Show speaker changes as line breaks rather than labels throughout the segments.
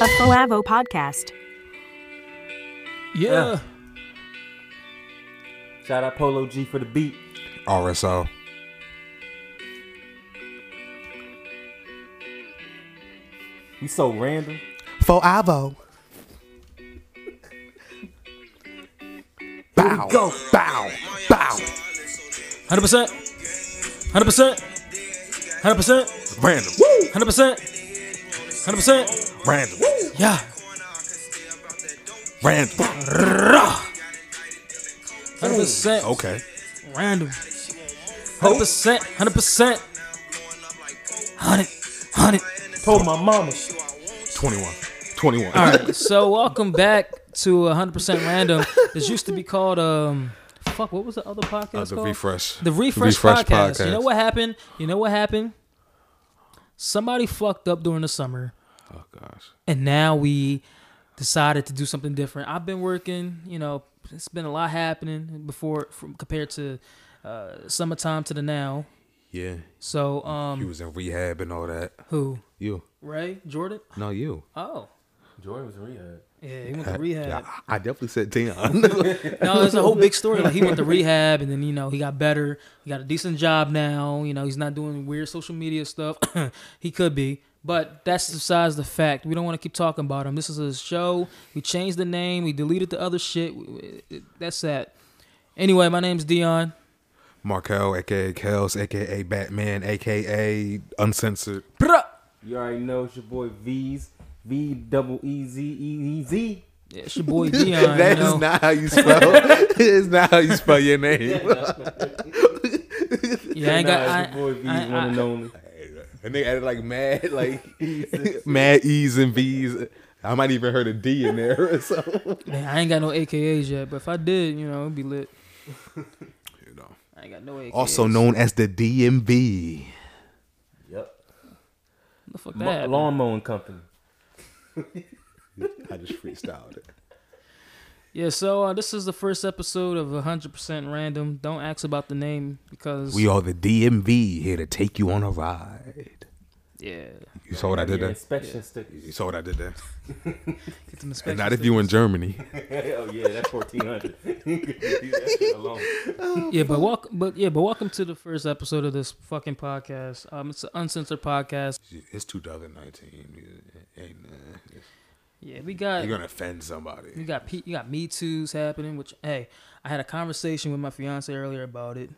a Falavo podcast.
Yeah.
Shout out Polo G for the beat.
RSO.
We so random.
For Avo.
Bow. Go. Bow. Bow.
Hundred percent. Hundred percent. Hundred percent.
Random.
Hundred percent. Hundred percent.
Random.
Yeah.
Random.
Hundred percent.
Okay.
Random. Hundred percent. Hundred percent. Hundred. Hundred.
Told my mama.
21. 21.
All right. So welcome back to 100 percent random. This used to be called um. Fuck. What was the other podcast
Uh, the
called?
refresh.
The refresh, podcast. You know what happened? You know what happened? Somebody fucked up during the summer,
Oh gosh.
and now we decided to do something different. I've been working. You know, it's been a lot happening before from, compared to uh, summertime to the now.
Yeah.
So
You
um,
was in rehab and all that.
who
You.
Ray Jordan?
No, you.
Oh,
Jordan was in rehab.
yeah, he went to rehab.
Yeah, I- I definitely said Dion.
No, it's a whole big story. Like he went to rehab, and then you know he got better. He got a decent job now. You know he's not doing weird social media stuff. he could be, but that's besides the fact. We don't want to keep talking about him. This is a show. We changed the name. We deleted the other shit. We- we- it- That's that. Anyway, my name's Dion.
Markel, aka Kels, aka Batman, aka Uncensored.
Bruh.
You already know it's your boy V's. V double E Z E E Z.
Yeah, it's your boy Dion.
That
you
is
know?
not how you spell. it's not how you spell your name.
yeah, I ain't got.
Nah,
I,
it's your boy V's,
I-
one
I-
and only.
and they added like mad, like mad E's and V's. I might even heard a D in there or something.
man, I ain't got no AKAs yet, but if I did, you know, it'd be lit.
You know.
I ain't got no AKAs.
Also known as the DMV.
Yep.
What the fuck that
Ma-
happened?
lawn mowing company.
I just freestyled it.
Yeah, so uh, this is the first episode of 100% Random. Don't ask about the name because.
We are the DMV here to take you on a ride.
yeah.
You saw what I did
Your
there?
inspection stickers.
You saw what I did there?
Get them
And
inspections.
not if you in Germany.
oh yeah, that's fourteen hundred. that shit alone.
yeah, but welcome, but yeah, but welcome to the first episode of this fucking podcast. Um, it's an uncensored podcast.
It's 2019. Ain't, uh,
Yeah, we got
you're gonna offend
we
somebody.
got P, you got Me Too's happening. Which hey, I had a conversation with my fiance earlier about it,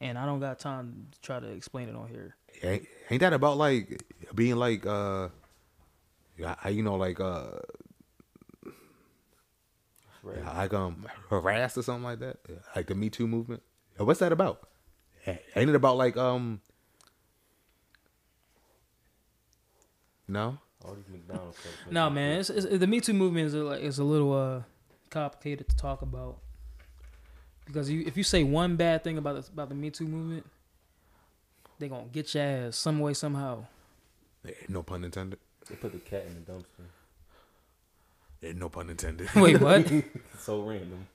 and I don't got time to try to explain it on here.
Ain't, ain't that about like being like uh, yeah, I- you know, like uh, yeah, like um, harassed or something like that, like the Me Too movement. Yeah, What's that about? Ain't it about like um? No,
All these McDonald's. stuff.
No, man, it's, it's, the Me Too movement is a, like is a little uh, complicated to talk about because you, if you say one bad thing about the, about the Me Too movement, they gonna get your ass some way somehow.
Eh, no pun intended.
They put the cat in the dumpster.
Eh, No pun intended.
Wait, what?
So random.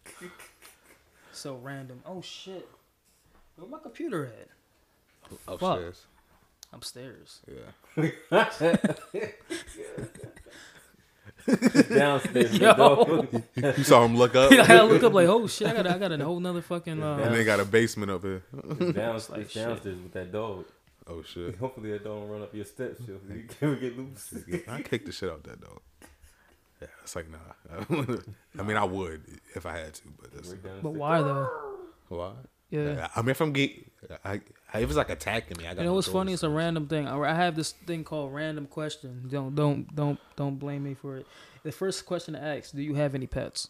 so random. Oh shit, where my computer at?
Upstairs.
Upstairs.
Yeah.
Downstairs.
Yo.
dog.
You saw him look up.
I gotta look up like, oh shit, I got I got a whole nother fucking.
And
Uh,
they got a basement up here.
Downstairs,
Like shit.
downstairs with that dog.
Oh shit.
Hopefully that dog don't run up your steps. yo. You can't get loose.
I kicked the shit out that dog. Yeah, it's like nah. I mean, I would if I had to, but that's
Break down
but
the
why though?
why.
Yeah.
I mean, if I'm get, I, I if it's like attacking me, I got.
You know what's funny? It's a random thing. I I have this thing called random question. Don't don't don't don't blame me for it. The first question I ask: Do you have any pets?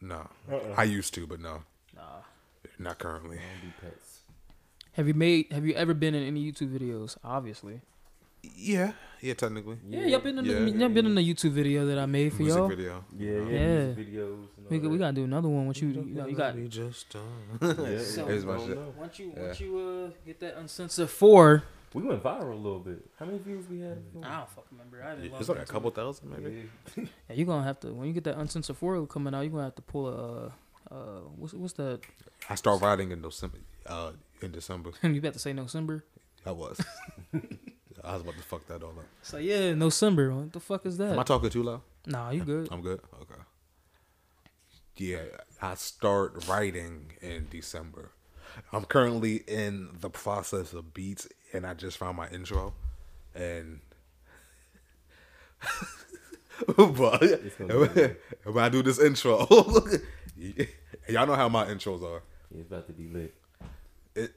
No, I used to, but no,
Uh-uh. Nah.
not currently.
zombie pets.
Have you made? Have you ever been in any YouTube videos? Obviously.
Yeah, yeah, technically.
Yeah, y'all been in the
Yeah.
y'all been in the YouTube video that I made for
Music
y'all.
video.
Yeah, yeah.
Yeah.
music Videos. And all
We,
that.
got- we gotta do another one. Once you you, know, you got
We
uh,
just done.
Yeah,
So-
yeah,
Here's my
I don't
shit.
know.
once you once you uh, get that uncensored four.
We went viral a little bit. How many views we had?
I don't fucking remember. I haven't
It's
logged
like a
into
couple
it.
thousand, maybe.
Yeah, you're gonna have to when you get that uncensored four coming out. You're gonna have to pull a. Uh, uh, what's what's that?
I start riding in December. Uh, in December,
you about to say November?
I was. I was about to fuck that all up.
It's like, yeah, no Simber. What the fuck is
Am I
that?
talking too loud?
nah, you good.
I'm good. Okay. Yeah, I start writing in December. I'm currently in the process of beats, and I just found my intro, and but
gonna be
when I do this intro, y'all know how my intros are.
It's about to be lit.
It,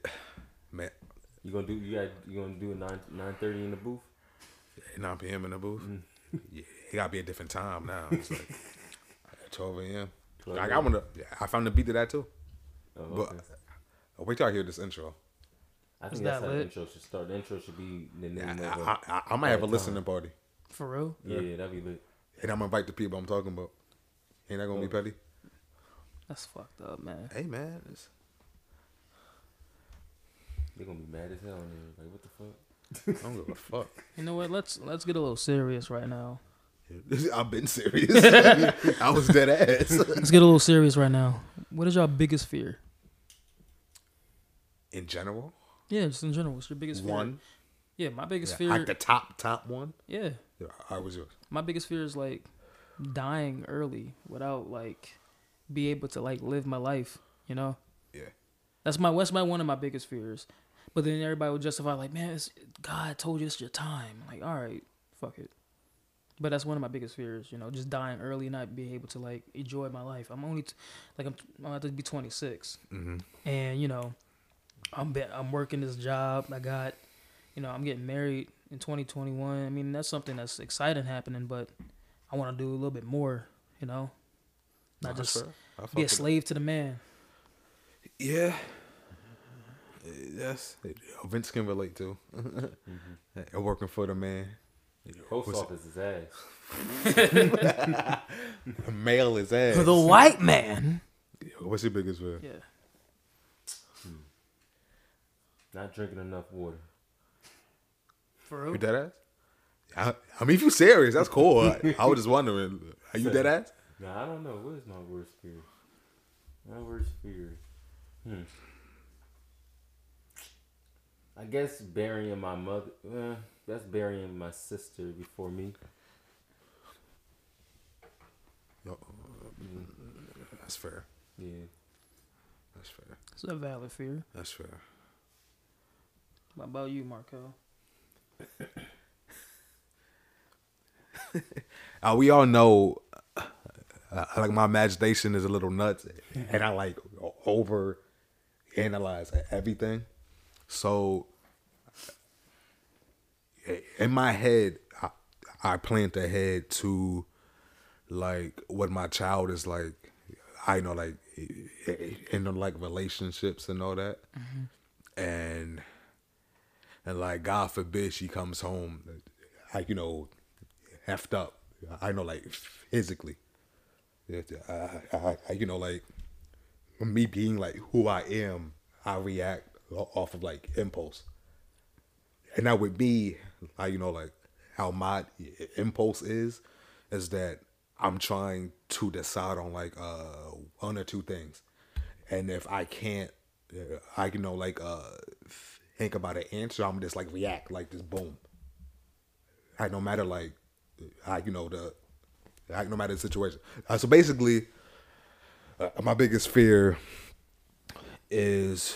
man,
You gonna do? You got? You gonna do a nine nine thirty in the booth?
9 p.m. in the booth.
Mm.
Yeah, it gotta be a different time now. It's like 12 a.m.
12
Like I
a.m..
wanna, I found the beat to that too.
Oh,
But uh,
okay.
wait till I hear this intro.
I
Is
think that's
that
how the
lit?
intro should start. The intro should be the
I,
name of
I,
it.
I, I might have a
Right,
listening party,
For real?
Yeah, that'd be lit.
and I'm gonna invite the people I'm talking about. Ain't that gonna be petty?
That's fucked up, man.
Oh. Hey man, it's-
They're gonna be mad as hell. Man. Like, what the fuck?
I don't give a fuck.
You know what? Let's let's get a little serious right now.
I've been serious. I was dead ass.
Let's get a little serious right now. What is your biggest fear?
In general,
Yeah, just in general. What's your biggest fear?
one
Yeah, my biggest fear.
like the top top one.
yeah,
Yeah, I was yours.
my biggest fear is like dying early without like be able to like live my life. You know,
Yeah,
that's my that's my one of my biggest fears. But then everybody would justify like, man, it's, God told you it's your time. Like, all right, fuck it. But that's one of my biggest fears. You know, just dying early, not being able to like enjoy my life. I'm only t- like I'm I'm about to be 26.
mm-hmm.
and you know i'm be- i'm working this job i got you know i'm getting married in 2021 i mean that's something that's exciting happening but i want to do a little bit more you know not just be a slave to the man
Yeah. Uh, That's Vince can relate to. And Working for the man.
Post
Was-
office is ass.
Male is ass.
the white man
What's your biggest fear?
yeah
Not drinking enough water.
for
You
real
dead ass? I, I mean, if you serious, that's cool. I, I was just wondering, are you dead ass?
Nah, I don't know. What is my worst fear? My worst fear. Hmm. I guess burying my mother. Eh, that's burying my sister before me.
mm, That's fair.
Yeah.
That's fair.
it's a valid fear
That's fair.
what about you marco
Uh, we all know, uh, like my imagination is a little nuts, and I like over analyze everything. So, uh, in my head, I, I plant ahead to like what my child is like. I know, like, in the, like relationships and all that, and and like God forbid she comes home, like you know, effed up. I know, like physically. Yeah, I, I, I, you know, like me being like who I am, I react o- off of like impulse. And now with me, I, you know, like how my impulse is, is that I'm trying to decide on like uh one or two things, and if I can't, uh, I you know like uh think about an answer, I'm just like react like this boom. Like no matter like, I you know the, like no matter the situation. Uh, so basically, uh, my biggest fear is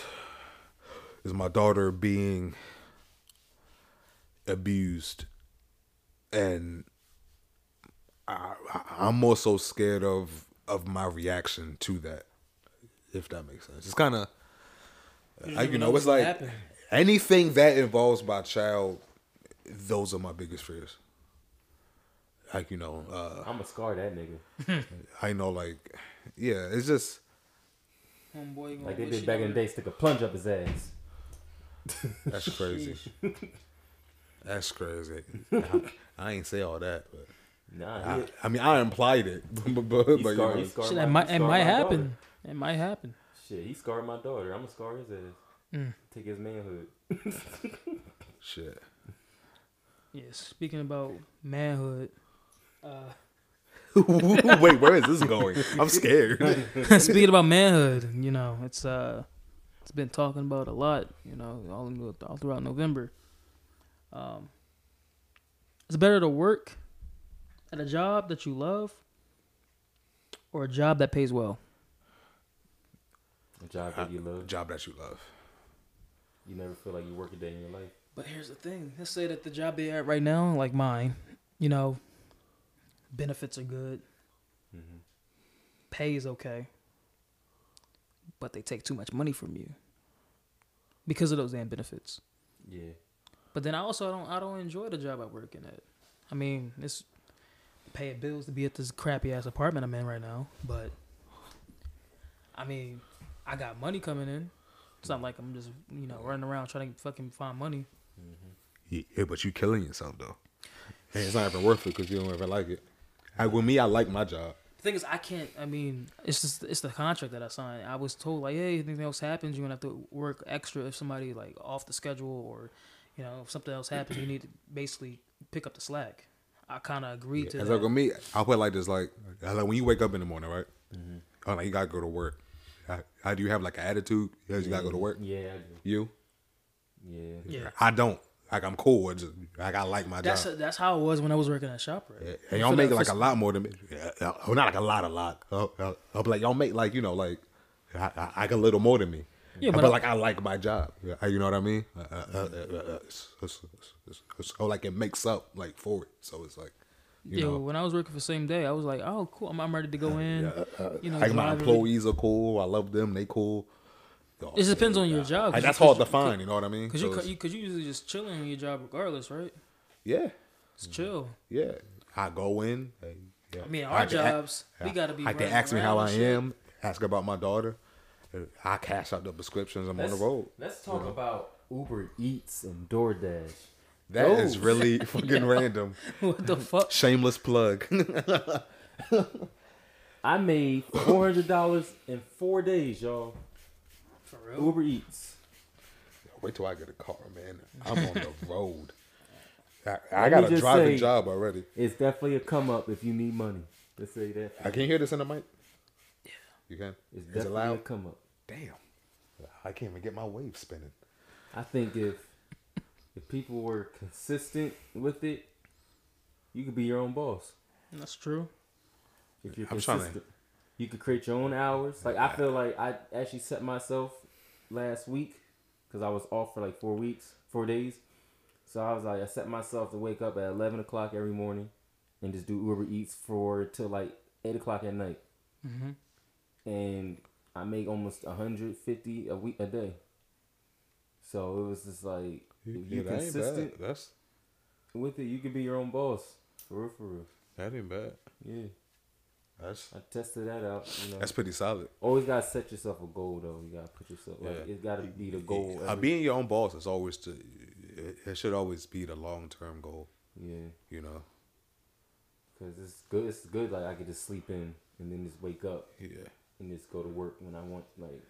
is my daughter being abused, and I, I, I'm more so scared of of my reaction to that. If that makes sense, it's kind of I, you know it's like anything that involves my child. Those are my biggest fears. Like you know, uh,
I'ma scar that nigga.
I know, like, yeah, it's just
homeboy gonna
Like they
wish
did
he
back in
never-
the day, stick a plunge up his ass.
that's crazy. that's crazy. I, I ain't say all that, but
Nah,
I,
he,
I mean, I implied it, but, but, Ah. but,
he
you
scarred,
know,
he scarred
Shit,
my,
that might,
he
it
scarred
might
my
happen
daughter.
it might happen
Shit, he scarred my daughter. I'ma scar his ass.
Hmm.
Take his manhood.
shit.
yeah speaking about manhood uh
Wait, where is this going? I'm scared.
Speaking about manhood, you know, it's uh, it's been talking about a lot, you know, all, all throughout November. Um, It's better to work at a job that you love or a job that pays well.
A job that
Ah.
you love.
Job that you love.
You never feel like you work a day in your life.
But here's the thing. Let's say that the job they at right now, like mine, you know, benefits are good, pay is okay, but they take too much money from you because of those damn benefits.
Yeah.
But then I also don't I don't enjoy the job I work in at. I mean, it's paying bills to be at this crappy ass apartment I'm in right now, but I mean, I got money coming in. It's not like I'm just you know running around trying to fucking find money.
Yeah, yeah, but you killing yourself though. And it's not even worth it because you don't ever like it. Like with me, I like my job.
The thing is, I can't. I mean, it's just it's the contract that I signed. I was told like, hey, if anything else happens, you're gonna have to work extra if somebody like off the schedule or, you know, if something else happens, you need to basically pick up the slack. I kind of agreed to
It's
that.
like with me, I put it like this: like, like when you wake up in the morning, right?
Mm-hmm.
Oh, like you gotta go to work. I, I do you have like an attitude? Because you gotta go to work.
Yeah, I do.
You?
Yeah.
Mm-hmm. yeah,
I don't. Like I'm cool. with just, like I like my
that's
job.
that's how it was when I was working at Shoprite. Yeah.
and y'all make like a lot more than me. Yeah, uh, well, not like a lot, a lot. Uh, uh, uh, but like y'all make like you know like I, I, like a little more than me.
Yeah,
but,
but I-
like I like my job. Yeah, uh, You know what I mean? Uh, uh, uh, uh, uh, so- so- so- so like it makes up like for it. So it's like you
yeah,
know.
when I was working for same day, I was like, oh cool, I'm, I'm ready to go in.
uh,
you know,
like my
drive every-
employees are cool. I love them. They cool. Oh,
It just depends
yeah,
on your
yeah.
job, 'cause
Like,
you-
that's
'cause
hard
you-
to find. You know what I mean?
Cause
So
you,
it's-
you cause you usually just chilling in your job regardless, right?
yeah,
It's chill.
yeah. I go in. Mm-hmm. I, yeah.
I mean, our
can act-
jobs, we gotta be
Like they
running
ask me how
around
I
and shit.
am. Ask about my daughter. I cash out the prescriptions. I'm on the road.
Let's talk about Uber Eats and DoorDash.
That is
Those.
really fucking random.
What the fuck?
Shameless plug.
I made four hundred dollars in four days, y'all.
For real?
Uber Eats.
Wait till I get a car, man. I'm on the road. I,
me
I got a
just
driving
say-
job already.
It's definitely a come up if you need money. Let's say that.
I can you hear this in the mic. Yeah, you can.
It's
Is
definitely
it
a
loud?
come up.
Damn, I can't even get my wave spinning.
I think if if people were consistent with it, you could be your own boss.
That's true.
If you're
I'm trying to-
consistent, you could create your own hours. Like I feel like I actually set myself last week because I was off for like four weeks, four days. So I was like, I set myself to wake up at eleven o'clock every morning and just do Uber Eats for till like eight o'clock at night. And I make almost hundred fifty a week a day. So it was just like if you're
Yeah, that ain't bad.
consistent
That's
with it, you could be your own boss. For real, for real.
that ain't bad.
Yeah,
That's
I tested that out. You know.
that's pretty solid.
Always gotta set yourself a goal though. You gotta put yourself like
Yeah.
it gotta be the goal.
Uh,
every-
being your own boss is always to. It, it should always be the long term goal.
yeah,
You know.
because it's good. It's good. Like I could just sleep in and then just wake up
Yeah.
and just go to work when I want. Like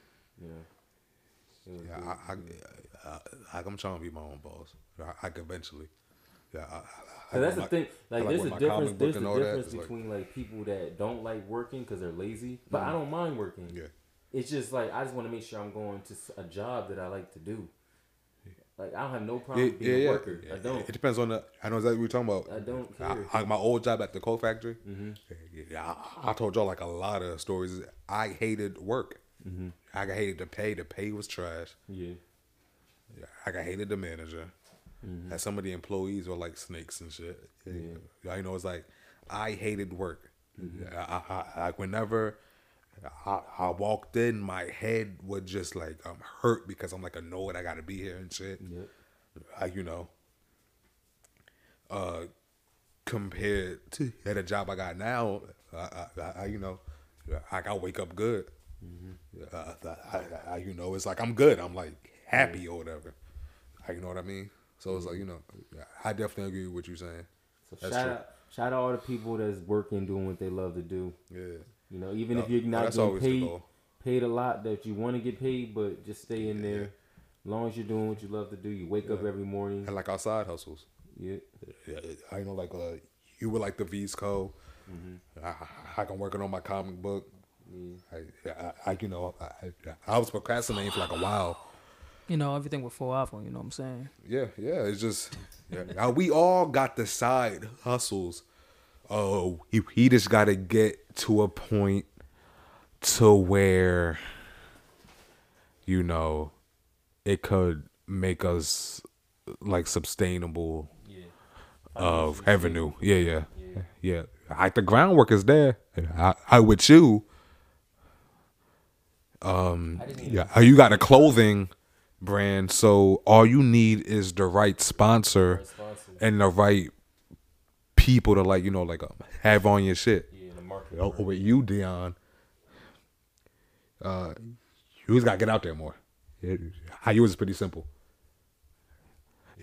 you know. It was good.
Yeah, I, I, I, I, I'm trying to be my own boss. I, I could eventually. Yeah, I, I, I,
'Cause that's the
like-
thing. Like,
like
there's
with
a
my
difference.
comic book
There's a
and all that,
difference
it's like-
between like, people that don't like working because they're lazy, but I don't mind working.
Mm-hmm. Yeah.
It's just like I just want to make sure I'm going to s- a job that I like to do. Like I don't have no problem
Yeah,
being
yeah,
a
yeah.
worker.
yeah.
I don't.
It depends on the. I know exactly what you're talking about.
I don't
I-
care. Mm-hmm.
I- my old job at the coat factory. Yeah, I, I told y'all like a lot of stories. I hated work.
Mm-hmm.
I hated the pay. The pay was trash.
yeah.
Like I hated the manager. And some of the employees were like snakes and shit. Yeah. You know, it's like I hated work. I, I, I, like whenever I, I walked in, my head would just like um hurt because I'm like annoyed I gotta be here and shit.
Yep.
I, you know. Uh, compared to the job I got now, I, I, I you know, like I wake up good. Uh, I, I, I, you know, it's like I'm good. I'm like happy or whatever. Like, you know what I mean? So it's like you know, I definitely agree with what you're saying.
So
That's
shout
true.
out, shout out all the people that's working, doing what they love to do.
Yeah.
You know, even
No,
if you're
no,
not
that's
getting
always the
paid,
goal.
paid a lot that you want to get paid, but just stay in there. As long as you're doing what you love to do, you wake up every morning.
And like our side hustles,
Yeah,
yeah, I know like uh, you were like the V's Co. Mm-hmm. I, I, I'm working on my comic Mm-hmm. book. I, I, I you know, I, I was procrastinating for like a while.
you know, everything with four iPhone, you know what I'm saying?
Yeah, yeah. It's just yeah. Now, we all got the side hustles. Oh, he, he just got to get to a point to where you know it could make us like sustainable of revenue. Yeah, yeah, yeah. Like the groundwork is there. I, I with you.
I didn't even
Yeah, uh, you got a clothing brand, so all you need is the right sponsor
sponsor.
and the right people to like, you know, like um, have on your shit.
Yeah, the market.
Oh, with you, Dion, uh, you just gotta get out there more. It, how you is pretty simple,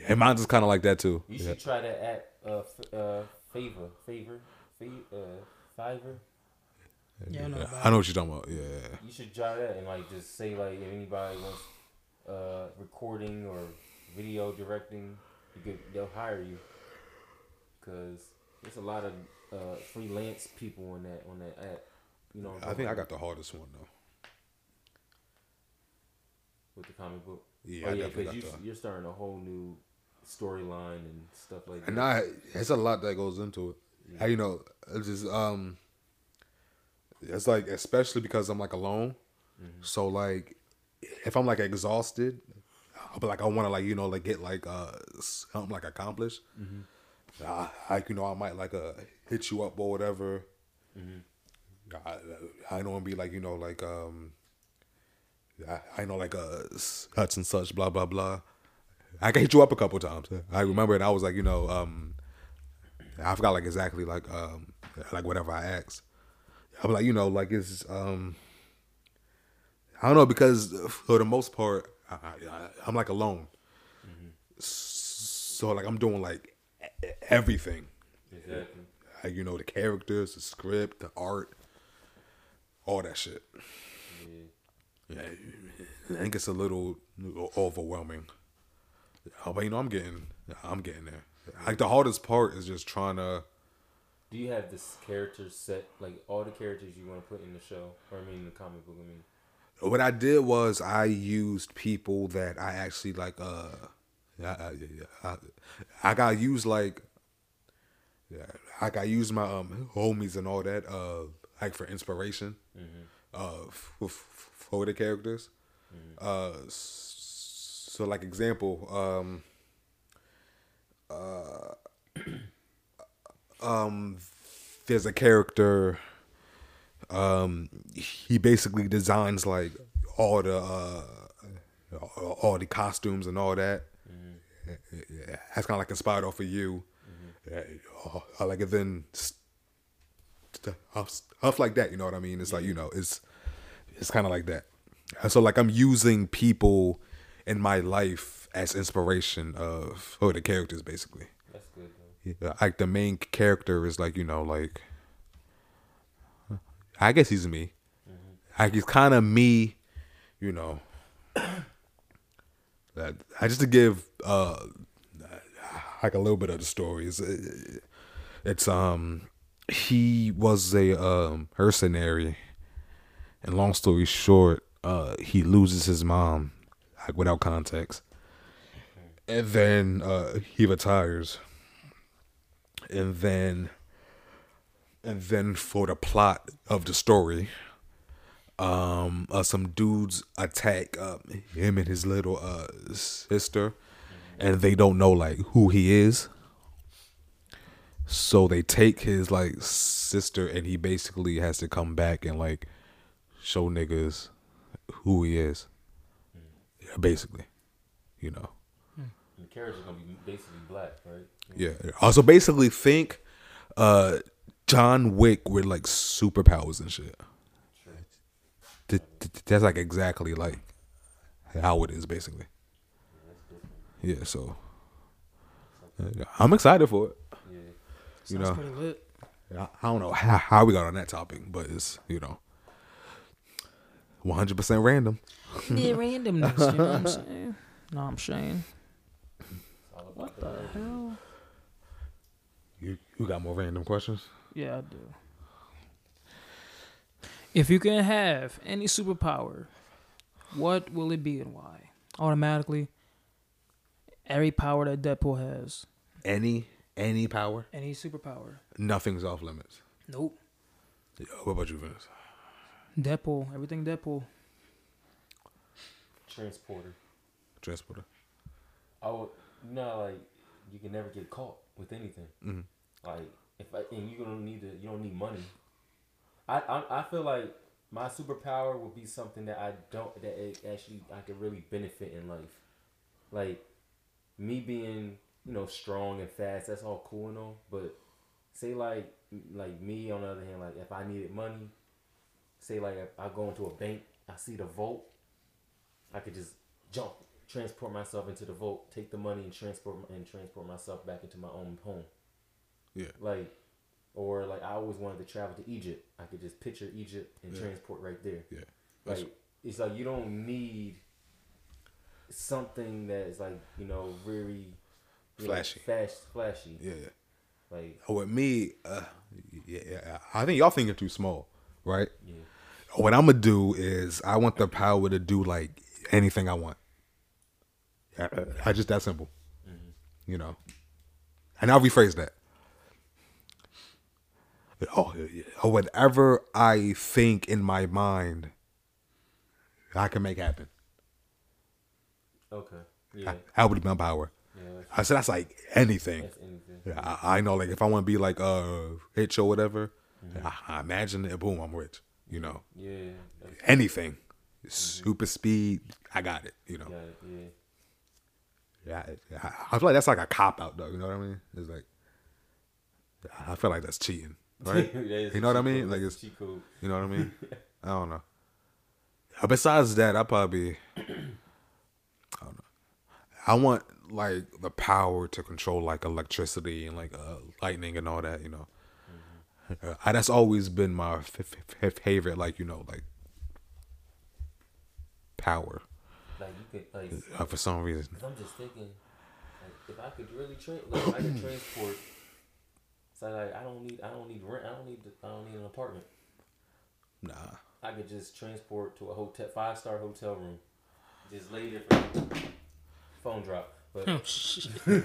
and mine's is kind of like that too.
You
Yeah.
should try that app, uh, f- uh, Favor, Favor, Favor, uh, Fiverr.
Yeah, I know about
I know what you're talking about. Yeah,
You should try that and like just say like if anybody wants uh, recording or video directing, you could they'll hire you because there's a lot of uh, freelance people on that on that app. You know, what I'm
I think I
talking
got the hardest one though.
about with the comic book.
Yeah,
oh,
I
yeah,
definitely
because
got
you,
the hard-
you're starting a whole new storyline and stuff like that.
And I, it's a lot that goes into it. And, you know, it's just um, it's like especially because I'm like alone,
Mm-hmm.
so like if I'm like exhausted, I'll be like I want to like you know like get like uh something like accomplished.
Mm-hmm.
I, like you know I might like uh hit you up or whatever.
Mm-hmm.
I I don't wanna be like you know like um. I, I know like uh such and such blah blah blah. I can hit you up a couple times. I remember it. I was like, you know, um, I forgot like exactly like um like whatever I asked. I'm like, you know, like it's um I don't know because for the most part I, I, I'm like alone. So like I'm doing like e- everything.
Exactly.
Like, you know, the characters, the script, the art, all that shit.
Yeah.
Yeah, I think it's a little overwhelming. Uh, But you know, I'm getting, I'm getting there. Like the hardest part is just trying to.
Do you have this character set, like all the characters you want to put in the show, or I mean, the comic book? I mean,
What I did was I used people that I actually like. Uh, I, I, I, I got used like. Yeah, I got used my um homies and all that. Uh, like for inspiration. Uh, for, for the characters. Uh, s- so like example. Um. uh, um, there's a character um he basically designs like all the uh all all the costumes and all that
Mm-hmm.
yeah, that's kind of like inspired off of you Yeah, I like it then stuff, stuff like that you know what i mean it's like you know it's it's kind of like that And so like i'm using people in my life as inspiration of oh the characters basically
that's good. Though.
yeah, like the main character is like you know like i guess he's me like he's kind of me you know that i just to give uh like a little bit of the story it's, uh, it's um he was a um mercenary and long story short uh he loses his mom like without context and then uh he retires and then and then for the plot of the story um uh, some dudes attack uh, him and his little uh sister and they don't know like who he is so they take his like sister and he basically has to come back and like show niggas who he is yeah, basically you know
And the character's gonna be basically black, right?
yeah. Also, basically think uh John Wick with like superpowers and shit. Th- th- That's like exactly like how it is, basically. Yeah. So yeah, I'm excited for it.
Yeah.
You
Sounds
know.
pretty lit.
I I don't know how, how we got on that topic, but it's you know, 100 percent random.
Yeah, randomness, you know what I'm saying? No, I'm saying. What the hell?
You you got more random questions?
Yeah, I do. If you can have any superpower, what will it be and why? automatically every power that Deadpool has.
Any any power,
Any superpower.
nothing's off limits.
Nope.
Yo, what about you, Vince?
Deadpool. Everything Deadpool.
Transporter.
Transporter.
I would no like you can never get caught with anything. Like if I, and you don't need to, you don't need money. I, I I feel like my superpower would be something that I don't that it actually I could really benefit in life. Like me being you know strong and fast, that's all cool and all. But say like like me on the other hand, like if I needed money, say like if I go into a bank, I see the vault, I could just jump, transport myself into the vault, take the money and transport and transport myself back into my own home.
Yeah.
Like, or like I always wanted to travel to Egypt. I could just picture Egypt and
Yeah.
transport right there.
Yeah. That's-
Like it's like you don't need something that is like you know very you know,
Flashy.
flash, flashy.
Yeah. yeah.
Like
With me, uh, yeah, yeah, I think y'all thinking too small, right?
yeah,
What I'm gonna do is I want the power to do like anything I want. I,
Uh-uh.
I just that simple,
Mm-hmm.
you know. And I'll rephrase that. Oh, yeah, yeah. whatever I think in my mind, I can make happen.
okay, yeah,
That would be my power.
yeah. That's,
I said that's like anything.
that's anything.
Yeah, I, I know, like if I want to be like uh rich or whatever, I, I imagine it. Boom, I'm rich. You know,
Yeah, that's-
anything, super speed, I got it. You know,
yeah, yeah.
yeah, I, I feel like that's like a cop out though. You know what I mean? It's like I feel like that's cheating, right?
That is
you know what I
cheat
mean?
code.
Like
That's
it's,
cheat code.
you know what I mean? I don't know. Uh, Besides that, I probably, I don't know. I want like the power to control like electricity and like uh, lightning and all that. You know,
Mm-hmm.
Uh, I, that's always been my f- f- f- favorite. Like you know, like power
Like you could like
uh, for some reason.
I'm just thinking, like, if I could really train, like, if I could transport. So like, I don't need, I don't need rent, I don't need, I don't need an apartment.
Nah.
I could just transport to a hotel, five star hotel room, just lay there. For, phone drop, but
Oh,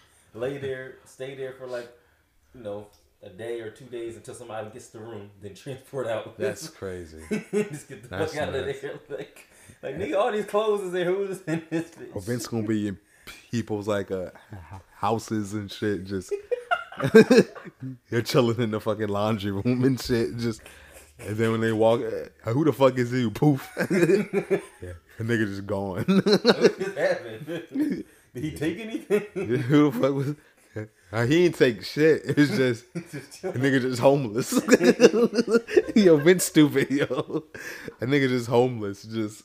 lay there, stay there for like, you know, a day or two days until somebody gets the room, then transport out.
That's crazy.
just get the
that's
fuck out of
nuts.
there. Like, like nigga, all these clothes is there. Who's in this bitch?
Or Vince gonna be in people's like uh, houses and shit. Just you're chilling in the fucking laundry room and shit. Just and then when they walk, uh, who the fuck is you? Poof, yeah, a nigga just gone.
what just happened? Did he take anything?
who the fuck was? Uh, he didn't take shit. It's just
Just
a nigga just homeless. yo, Vince stupid, yo. A nigga just homeless, just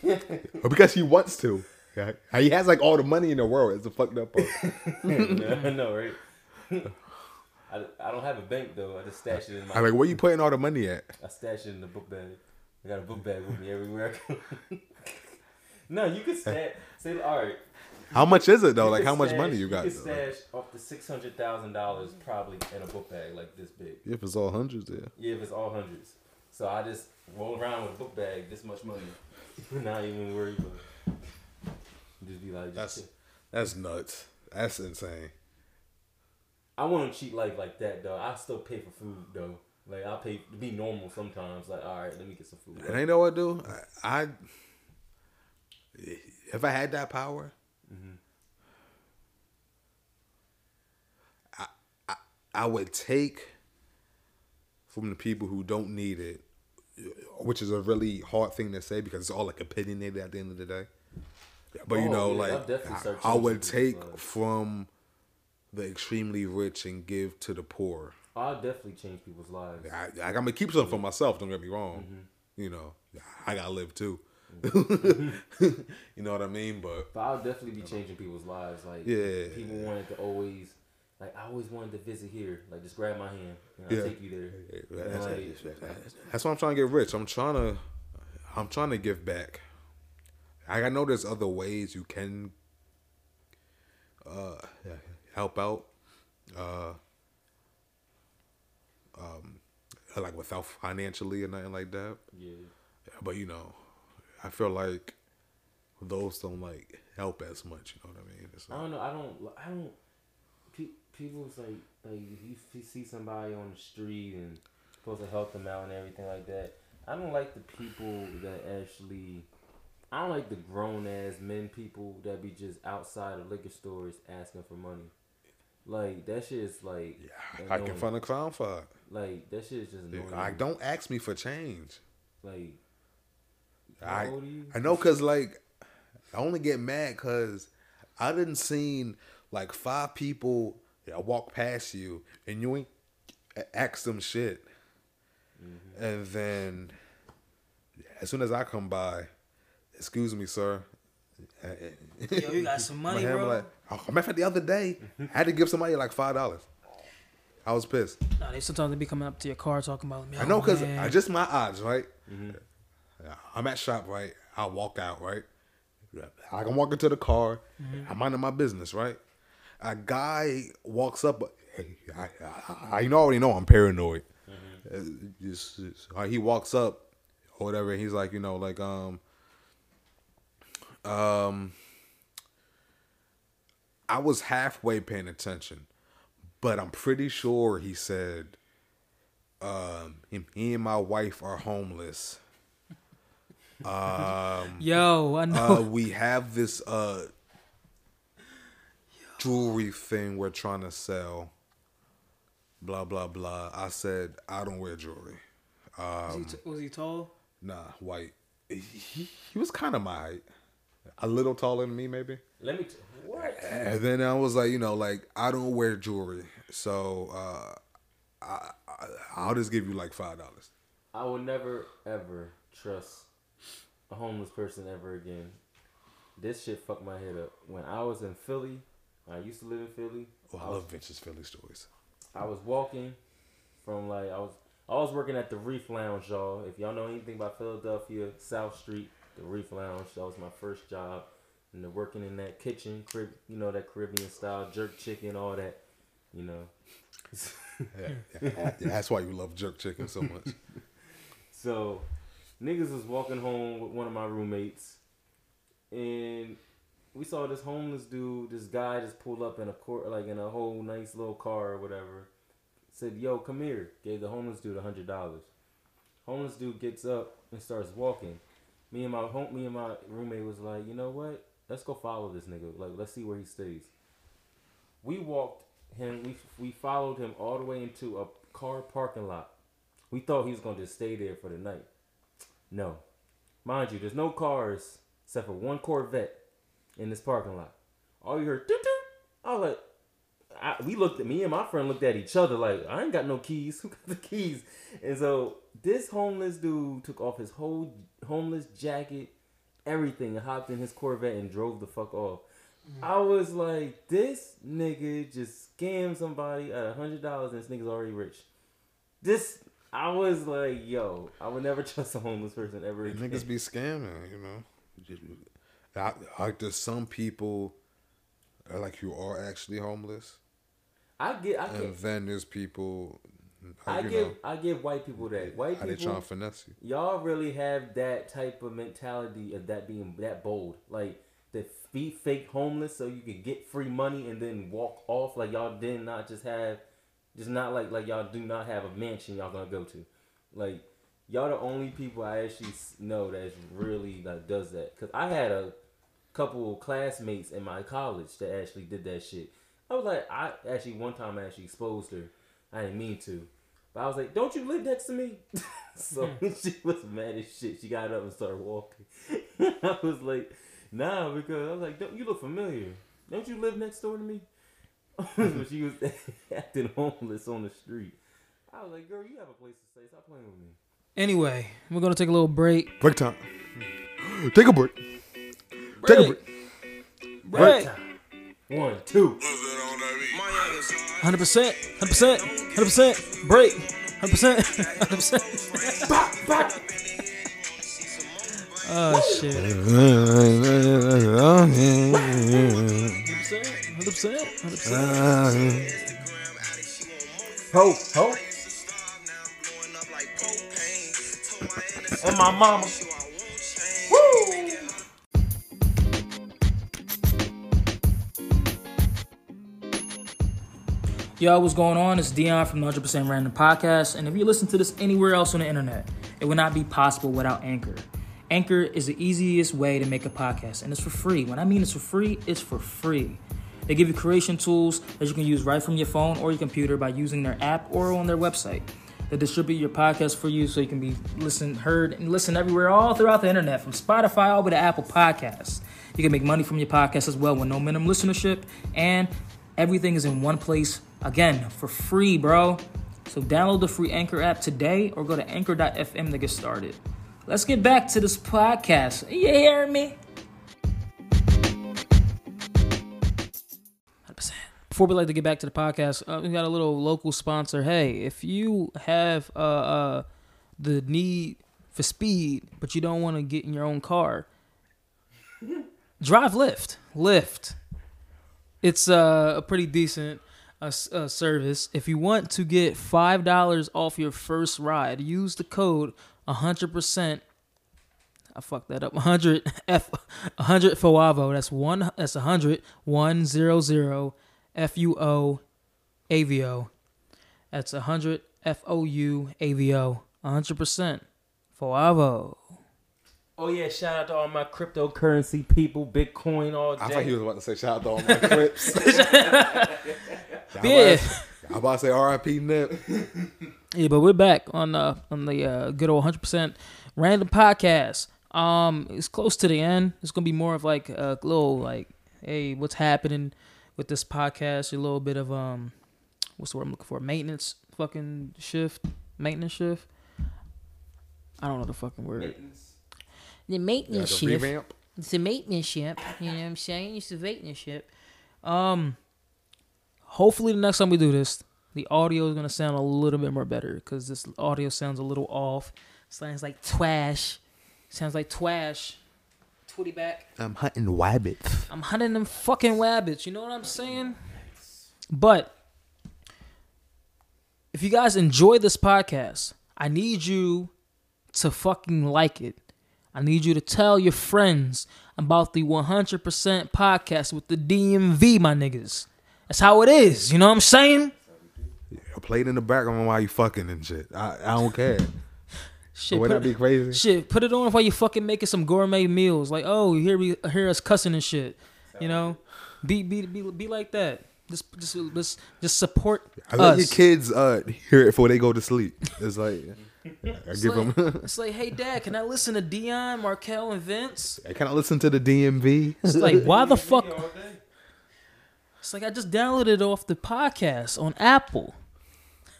But because he wants to. Yeah, He has like all the money in the world. It's a fucked up part.
no, I know, right? I, I don't have a bank though. I just stash it in my.
I'm like, where you putting all the money at?
I stash it in the book bag. I got a book bag with me everywhere. I go. no, you could stash. Say, all right.
How much is it though?
you
Like
could
how much
stash-
money you got?
You
though?
could
Like,
stash up to six hundred thousand dollars probably in a book bag like this big.
if it's all hundreds, yeah.
Yeah, if it's all hundreds. So I just roll around with a book bag this much money, not even worry about. it. Just be like, just
That's that's nuts. That's insane.
I want to cheat life like that though. I still pay for food though. Like I pay to be normal sometimes. Like all right, let me get some food.
And you know what, dude? I, I if I had that power, I, I I would take from the people who don't need it, which is a really hard thing to say because it's all like opinionated at the end of the day. But you
Oh,
know,
yeah, I'll
like
definitely
I,
start
I would
changing
take
people's lives.
from the extremely rich and give to the poor.
I'll definitely change people's lives.
I, I, I'm gonna keep something for myself. Don't get me wrong. You know, I gotta live too. you know what I mean? But
But I'll definitely be changing people's lives. Like
Yeah.
people wanted to always, like I always wanted to visit here. Like just grab my hand and I'll
Yeah.
take you there.
that's,
like-
that's why I'm trying to get rich. I'm trying to, I'm trying to give back. I I know there's other ways you can uh, help out, uh, um, like without financially or nothing like that.
Yeah.
But you know, I feel like those don't like help as much. You know what I mean? It's
I
like,
don't know. I don't. I don't. Pe- people's like like if you, if you see somebody on the street and supposed to help them out and everything like that. I don't like the people that actually. I don't like the grown ass men people that be just outside of liquor stores asking for money. Like that shit is like
yeah, I can
annoying.
find a clown for it.
like that shit is just annoying.
Like, don't ask me for change.
like. how
I
old are you?
I know because like I only get mad because I didn't seen like five people that walk past you and you ain't ask them shit,
Mm-hmm.
and then as soon as I come by, excuse me, sir.
Yo, you got some money,
My hand be
bro.
like, oh, matter of fact, the other day I had to give somebody like five dollars. I was pissed.
Nah, they sometimes they be coming up to your car talking about.
I know because
Oh, man."
I just my odds, right? I'm at shop, right? I walk out, right? I can walk into the car. I'm minding my business, right? A guy walks up. I, I, I already know I'm paranoid. Uh, just- just- uh, he walks up, or whatever. And he's like, you know, like um, um, I was halfway paying attention, but I'm pretty sure he said, um, him, he and my wife are homeless.
Yo, I know.
Uh, we have this uh jewelry thing we're trying to sell. Blah blah blah. I said I don't wear jewelry. Um,
was, he t- was he tall?
Nah, white. He, he- he was kind of my height, a little taller than me maybe.
Let me. T- what?
And then I was like, you know, like I don't wear jewelry, so uh, I, I I'll just give you like five dollars.
I will never ever trust a homeless person ever again. This shit fucked my head up. When I was in Philly, I used to live in Philly.
Oh, I
I, was,
love Vince's Philly stories.
I was walking from like I was I was working at the Reef Lounge, y'all. If y'all know anything about Philadelphia, South Street, the Reef Lounge, that was my first job. And the working in that kitchen, crib, you know, that Caribbean style jerk chicken, all that, you know.
Yeah, yeah, that's why you love jerk chicken so much.
So, niggas was walking home with one of my roommates, and we saw this homeless dude, this guy, just pull up in a court, like in a whole nice little car or whatever. Said, "Yo, come here." Gave the homeless dude a hundred dollars. Homeless dude gets up and starts walking. Me and my home, me and my roommate was like, "You know what? Let's go follow this nigga. Like, let's see where he stays." We walked him. We we followed him all the way into a car parking lot. We thought he was gonna just stay there for the night. No. Mind you, there's no cars except for one Corvette in this parking lot. All you heard, doot doot. I was like, I, we looked at me and my friend looked at each other like, I ain't got no keys. Who got the keys? And so this homeless dude took off his whole homeless jacket, everything, and hopped in his Corvette and drove the fuck off. I was like, this nigga just scammed somebody at a hundred dollars and this nigga's already rich. This I was like, yo, I would never trust a homeless person ever
And
again.
Niggas be scamming, you know. I, I, there's some people uh, like you are actually homeless,
I get I
and
can
then there's people.
I
I you
give
know,
I give white people that. White
how they
people
trying to finesse you.
y'all really have that type of mentality of that being that bold. Like to be fake homeless so you can get free money and then walk off like y'all did not just have just not like like y'all do not have a mansion y'all gonna go to. Like y'all the only people I actually s- know that's really like does that. Cause I had a couple of classmates in my college that actually did that shit. I was like, I actually one time I actually exposed her. I didn't mean to, but I was like, "Don't you live next to me?" so she was mad as shit. She got up and started walking. I was like, "Nah," because I was like, "Don't you look familiar? Don't you live next door to me?" but she was acting homeless on the street. I was like, "Girl, you have a place to stay. Stop playing with me."
Anyway, we're gonna take a little break.
Break time. Take a break. Take a break.
Break.
One, two.
Hundred percent. Hundred percent. Hundred percent. Break. Hundred percent. Hundred percent. Oh shit. Hundred percent. Hundred percent. Hundred percent.
Ho, ho. And my mama. Woo!
Yo, what's going on? It's Dion from the 100% Random Podcast. And if you listen to this anywhere else on the internet, it would not be possible without Anchor. Anchor is the easiest way to make a podcast, and it's for free. When I mean it's for free, it's for free. They give you creation tools that you can use right from your phone or your computer by using their app or on their website. They distribute your podcast for you so you can be listened, heard, and listened everywhere all throughout the internet, from Spotify all the way to Apple Podcasts. You can make money from your podcast as well with no minimum listenership, and everything is in one place again for free, bro. So download the free Anchor app today or go to anchor.fm to get started. Let's get back to this podcast. You hear me? 100%. Before we like to get back to the podcast, uh, we got a little local sponsor. Hey, if you have uh, uh, the need for speed, but you don't want to get in your own car, drive Lyft. Lyft. It's uh, a pretty decent uh, s- uh, service. If you want to get $5 off your first ride, use the code 100%. I fucked that up. 100 F 100 FOAVO. That's one that's 100 100 F U O A V O. That's 100 F O U A V O. 100% FOAVO.
Oh yeah, shout out to all my cryptocurrency people, Bitcoin, all day.
I thought he was about to say shout out to all my clips.
Yeah.
I'm about to say R.I.P. Nip.
Yeah, but we're back on uh on the uh, good old hundred percent random podcast. Um, it's close to the end. It's gonna be more of like uh, a little like, hey, what's happening with this podcast? A little bit of um, what's the word I'm looking for? Maintenance fucking shift, maintenance shift. I don't know the fucking word. The
Like
maintenance
a revamp.
it's a maintenance ship. You know what I'm saying? It's a maintenance ship. Um, hopefully the next time we do this, the audio is gonna sound a little bit more better because this audio sounds a little off. Sounds like twash. Sounds like twash. Twitty back.
I'm hunting wabbits.
I'm hunting them fucking wabbits. You know what I'm saying? But if you guys enjoy this podcast, I need you to fucking like it. I need you to tell your friends about the 100% podcast with the DMV, my niggas. That's how it is. You know what I'm saying?
Played in the background while you fucking and shit. I, I don't care.
Shit,
Wouldn't that be crazy?
Shit, put it on while you fucking making some gourmet meals. Like, oh, you hear we hear us cussing and shit. You know, be be be, be like that. Just just just, just support
I let your
us.
kids uh, hear it before they go to sleep. It's like I give
like-
them.
It's like, hey, Dad, can I listen to Dion, Markel, and Vince?
Can I listen to the DMV?
It's like, why the fuck? It's like I just downloaded it off the podcast on Apple.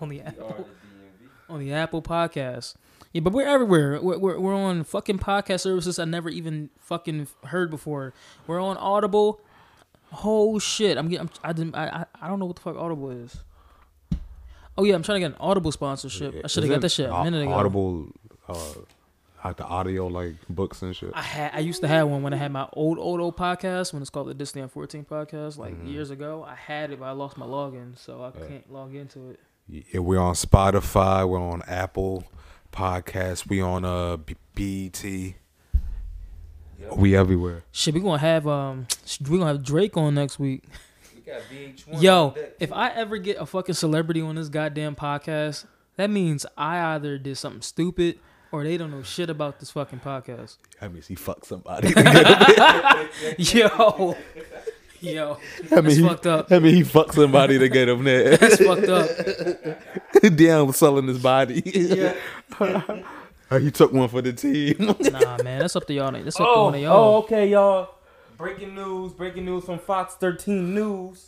on the Apple. on the Apple Podcast. Yeah, but we're everywhere. We're, we're, we're on fucking podcast services I never even fucking heard before. We're on Audible. Oh shit! I'm getting. I'm, I didn't. I, I I don't know what the fuck Audible is. Oh yeah, I'm trying to get an Audible sponsorship. I should have got that shit a minute ago.
Audible, uh, like the audio like books and shit.
I had I used to have one when I had my old old old podcast when it's called the Disneyland 14 podcast like years ago. I had it but I lost my login so I can't log into it.
Yeah, we're on Spotify. We're on Apple Podcasts. We on uh B- BT. We everywhere.
Shit, we gonna have um we gonna have Drake on next week.
We got VH1
Yo,
on deck.
if I ever get a fucking celebrity on this goddamn podcast, that means I either did something stupid or they don't know shit about this fucking podcast.
That means he fucked somebody.
Yo, yo,
I
that's
mean,
fucked up.
I mean, he fucked somebody to get him there.
That's fucked up.
Dion was selling his body. he took one for the team.
Nah, man, that's up to y'all. That's up to
Oh,
one of
oh,
y'all.
okay, y'all. Breaking news, breaking news from Fox 13 News.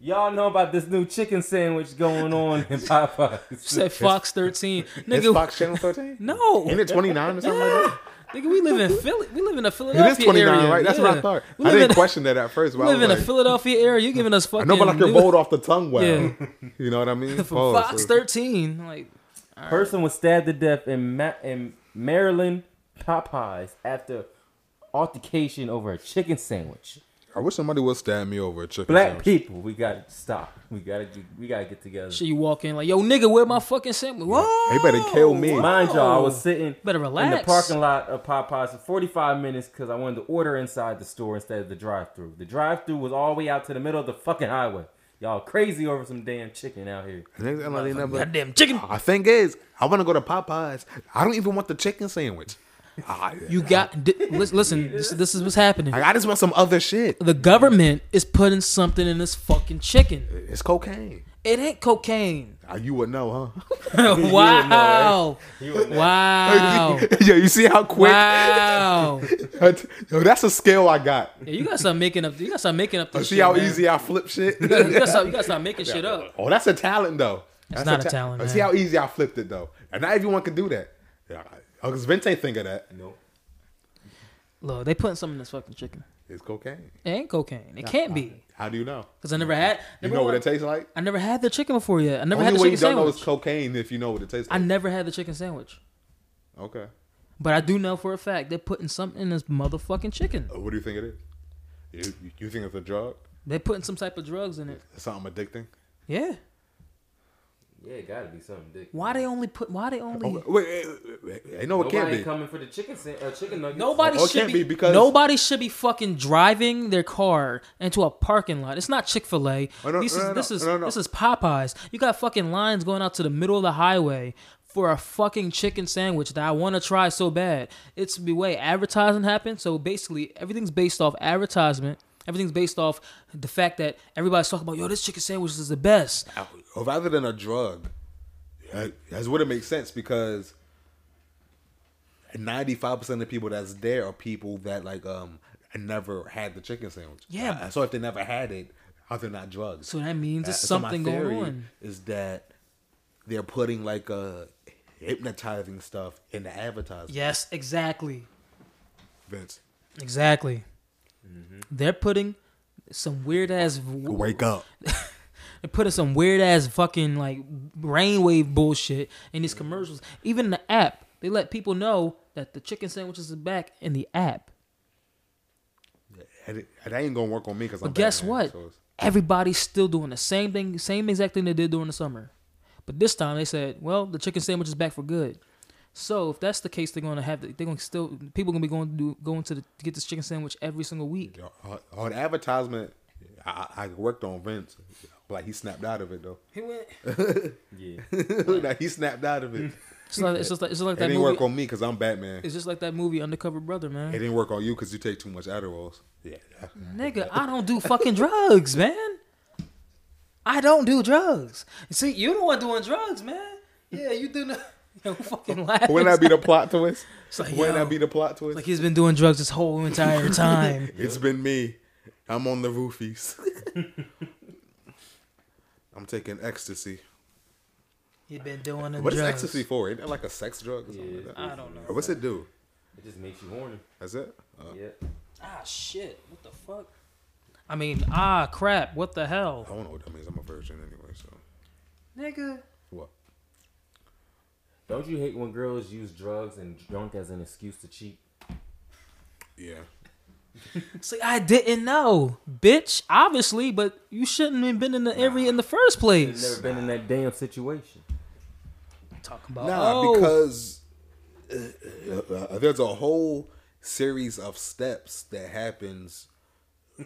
Y'all know about this new chicken sandwich going on in Popeyes.
Said Fox 13,
It's
nigga.
Fox Channel 13?
no,
Ain't it 29 or something like that?
Nigga, we live in Philly. We live in a Philadelphia
It is 29,
area.
right? That's what
Yeah.
I thought.
We
I
live
didn't
in a-
question that at first. But
We live in
I
a
was like,
Philadelphia area. You giving us
I
fucking
know, but I can
new-
roll it off the tongue well.
Yeah.
You know what I mean?
from
Oh,
Fox
so-
13. Like,
Person was stabbed to death in, Ma- in Maryland Popeyes after altercation over a chicken sandwich.
I wish somebody would stab me over a chicken
Black
sandwich.
people, we gotta stop. We gotta get, we gotta get together.
shit, you walk in like, yo, nigga, where my fucking sandwich? Whoa,
They better kill me.
whoa.
Mind y'all, I was sitting
Better
in the
relax.
parking lot of Popeyes for 45 minutes because I wanted to order inside the store instead of the drive-through. The drive-through was all the way out to the middle of the fucking highway. Y'all crazy over some damn chicken out here.
Niggas act like they never-
Goddamn chicken.
I think is I want to go to Popeyes. I don't even want the chicken sandwich. I,
You got. di- lis- listen, this, this is what's happening.
I just want some other shit.
The government is putting something in this fucking chicken.
It's cocaine.
It ain't cocaine.
Ah, You would know, huh?
wow. Wow.
Yo, you see how quick?
Wow.
Yo, that's a skill I got.
Yeah, you gotta start making up. You gotta start making up. This
Oh, See
shit,
how
man.
easy I flip shit.
You gotta, start, you gotta start making shit up.
Oh, that's a talent though. That's Oh,
not a talent,
See
man.
how easy I flipped it though, and not everyone can do that. Yeah, because Vince ain't think of that.
No.
Look, they putting something in this fucking chicken.
It's cocaine.
It ain't cocaine. It can't be.
How do you know?
Cause I never had.
You
Number
know what
one,
it tastes like.
I never had the chicken before yet. I never
Only
had the
way you
chicken
don't know
sandwich.
is cocaine if you know what it tastes
I
like.
never had the chicken sandwich.
okay.
But I do know for a fact they're putting something in this motherfucking chicken.
Uh, What do you think it is? You, you think it's a drug?
They're putting some type of drugs in it.
Something addicting?
Yeah.
Yeah, it gotta be something dick.
Why they only put? Why they only?
Oh, wait, wait, wait, wait, wait. Ain't no, it
Nobody
can't be.
coming for the chicken san- uh, chicken nuggets.
Nobody
Oh, it
should
can't
be,
be because-
nobody should be fucking driving their car into a parking lot. It's not Chick Fil A.
Oh, no,
this
no,
is
no,
this is
no, no.
this is Popeyes. You got fucking lines going out to the middle of the highway for a fucking chicken sandwich that I want to try so bad. It's the way advertising happens. So basically, everything's based off advertisement. Everything's based off the fact that everybody's talking about, yo, this chicken sandwich is the best.
Or rather than a drug, that- that's what it makes sense because ninety-five percent of people that's there are people that like um never had the chicken sandwich.
Yeah.
Uh, So if they never had it, how they're not drugs?
So that means
Uh,
there's
so my
something going
theory
on.
Is that they're putting like uh hypnotizing stuff in the advertisement?
Yes, exactly.
Vince,
Exactly.
Mm-hmm.
They're putting some weird ass.
wake up.
They're putting some weird ass fucking like brainwave bullshit in
Mm-hmm.
these commercials. Even the app, they let people know that the chicken sandwiches is back in the app.
And it- and that ain't gonna work on me because I'm.
But guess
Batman,
what?
so it's-
Everybody's still doing the same thing, same exact thing they did during the summer. But this time they said, "Well, the chicken sandwich is back for good." So if that's the case, they're gonna have they're gonna still people gonna be going to do, going to, the, to get this chicken sandwich every single week.
Uh, on advertisement, I, I worked on Vince. Like he snapped out of it though.
Yeah.
like he snapped out of it.
It's like it's just like, it's just like
It
Mm. that
didn't
movie.
work on me because I'm Batman. It
It's just like that movie Undercover Brother, man.
didn't work on you because you take too much Adderalls. Yeah.
Nigga, I don't do fucking drugs, man. I don't do drugs. See, you the one doing drugs, man. Yeah, you do. No- Yo, fucking laugh.
Wouldn't that be the plot twist?
like,
Wouldn't
yo.
that be the plot twist?
like he's been doing drugs this whole entire time?
It's been me. I'm on the roofies. I'm taking ecstasy.
He's been doing the
What is
drugs.
ecstasy for? Isn't it like a sex drug or something like that?
I don't know.
Or What's it do?
It just makes you horny.
That's it? Uh,
Yeah.
Ah, shit. What the fuck? I mean, ah, crap. What the
I
hell,
don't know what that means. I'm a virgin anyway, so.
nigga?
What?
Don't you hate when girls use drugs and drunk as an excuse to cheat?
Yeah.
See, I didn't know, bitch. Obviously, but you shouldn't have been in the area in the first
You've never
place.
been in that damn situation.
Talk about
Nah,
oh,
because uh, uh, there's a whole series of steps that happens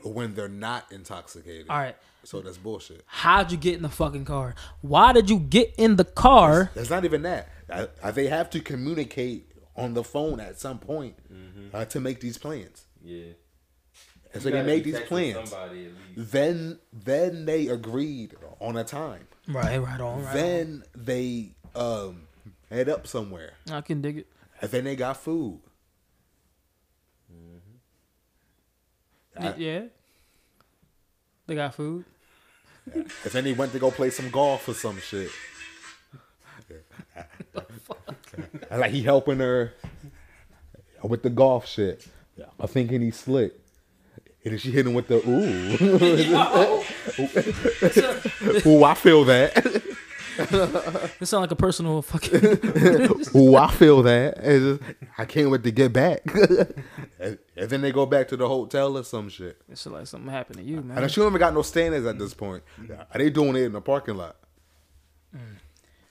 when they're not intoxicated.
all right.
So that's bullshit.
How'd you get in the fucking car? Why did you get in the car?
That's not even that. I, I, they have to communicate on the phone at some point
Mm-hmm.
uh, to make these plans.
Yeah.
And so they made these plans.
Somebody at least.
Then, then they agreed on a time.
Right, right on. Right
Then they um, head up somewhere.
on. I can dig it.
And then they got food. I-
yeah. They got food.
If any went to go play some golf or some shit. And, like he helping her with the golf shit. I'm thinking he's slick. And then she hit him with the ooh. ooh, I feel that.
This sound like a personal fucking.
Ooh, I feel that. It's just, I can't wait to get back. and, and then they go back to the hotel or some shit.
this shit like something happened to you, man.
And she don't even got no standards at this point. Are they doing it in the parking lot?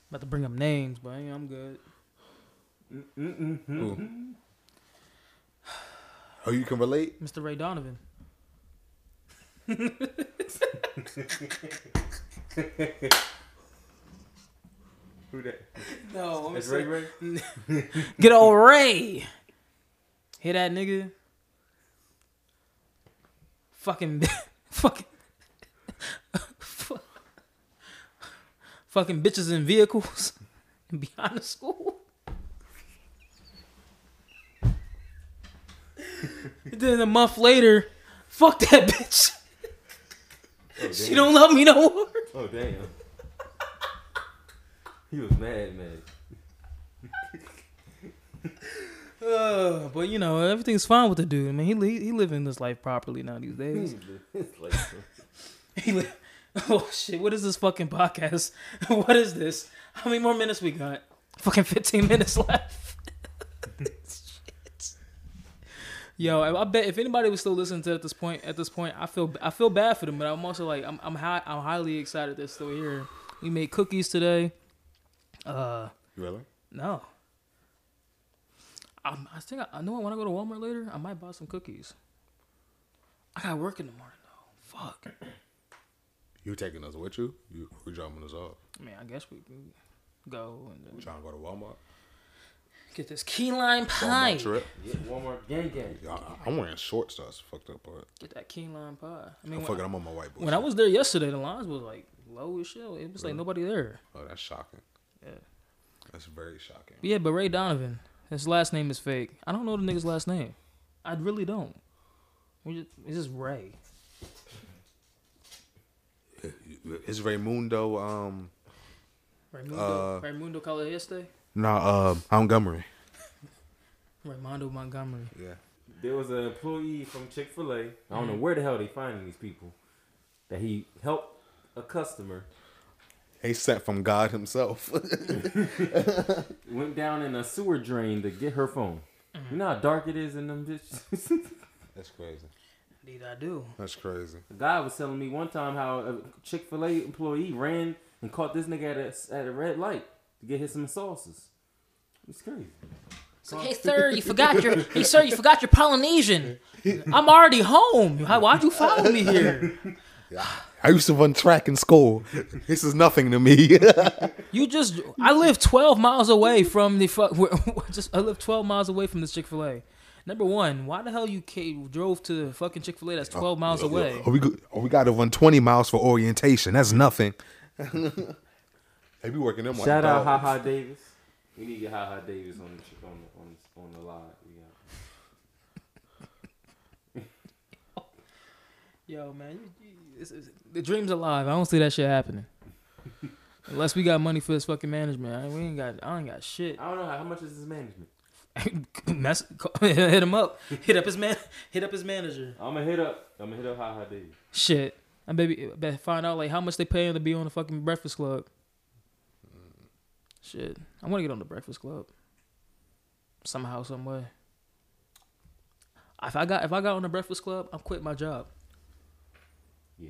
About to bring up names, but yeah, I'm good.
Oh, you can relate?
Mr. Ray Donovan.
Who that?
No,
It's Ray Ray.
Get old Ray. Hear that nigga? Fucking fucking fucking bitches in vehicles behind the school. then a month later, fuck that bitch.
Oh,
She
damn.
don't love me no more.
Oh damn. he was mad, man.
Uh, but you know everything's fine with the dude. I mean, he li- he living this life properly now these
Hmm.
days.
It's like,
He li- oh shit! What is this fucking podcast? what is this? How many more minutes we got? Fucking fifteen minutes left. Shit. Yo, I I bet if anybody was still listening to it at this point, at this point, I feel I feel bad for them, but I'm also like I'm I'm, high, I'm highly excited they're still here. We made cookies today. Uh,
Really?
no. i I think I, I know. When I go to Walmart later, I might buy some cookies. I got work in the morning though. Fuck.
You taking us with you? You we dropping us off?
I mean, I guess we can go and uh,
Trying to go to Walmart?
get this key lime pie.
Walmart trip?
yeah, Walmart gang gang.
I, I'm wearing shorts. So that's fucked up. But
Get that key lime pie. I
I'm
mean,
fucking.
when,
I'm on my white boy.
when I
shit.
was there yesterday, the lines was like low as shit. It was like nobody there.
Oh, that's shocking.
Yeah.
That's very shocking.
But yeah, but Ray Donovan, his last name is fake. I don't know the nigga's last name. I really don't. We just, it's just Ray.
Is Raymundo um
Raymundo, Raymundo Calayeste?
nah uh Montgomery?
Raymondo Montgomery.
Yeah.
There was an employee from Chick Fil A. I don't know where the hell they finding these people. That he helped a customer
He sent from God himself.
went down in a sewer drain to get her phone. You know how dark it is in them bitches.
that's crazy.
Indeed, I do.
That's crazy.
a guy was telling me one time how a Chick Fil A employee ran and caught this nigga at a, at a red light to get his some sauces. It's crazy.
It's like, hey sir, you forgot your hey sir, you forgot your Polynesian. I'm already home. How, why'd you follow me here?
I used to run track in school. this is nothing to me.
You just I live 12 miles away from the fuck where- just I live 12 miles away from this Chick-fil-A. Number 1, why the hell you ca- drove to the fucking Chick-fil-A that's 12 miles away?
Oh, we go- oh, we got to run 20 miles for orientation. That's nothing. they be working them like
Shout out Ha
dogs.
Ha Davis. We need to get Ha Ha Davis on the ch- on the, on the, on the live. Yeah.
Yo man, you, you, it's, it's, the dream's alive. I don't see that shit happening. Unless we got money for this fucking management. I, we ain't got I ain't got shit.
I don't know how, how much is his management.
Mess, hit him up. Hit up his man hit up his manager.
I'm gonna hit up. I'm gonna hit up Ha Ha Davis.
Shit. And maybe better find out like how much they pay him to be on the fucking Breakfast Club. Shit. I wanna get on the Breakfast Club. Somehow, some way. If I got if I got on the Breakfast Club, I'm quit my job.
Yeah.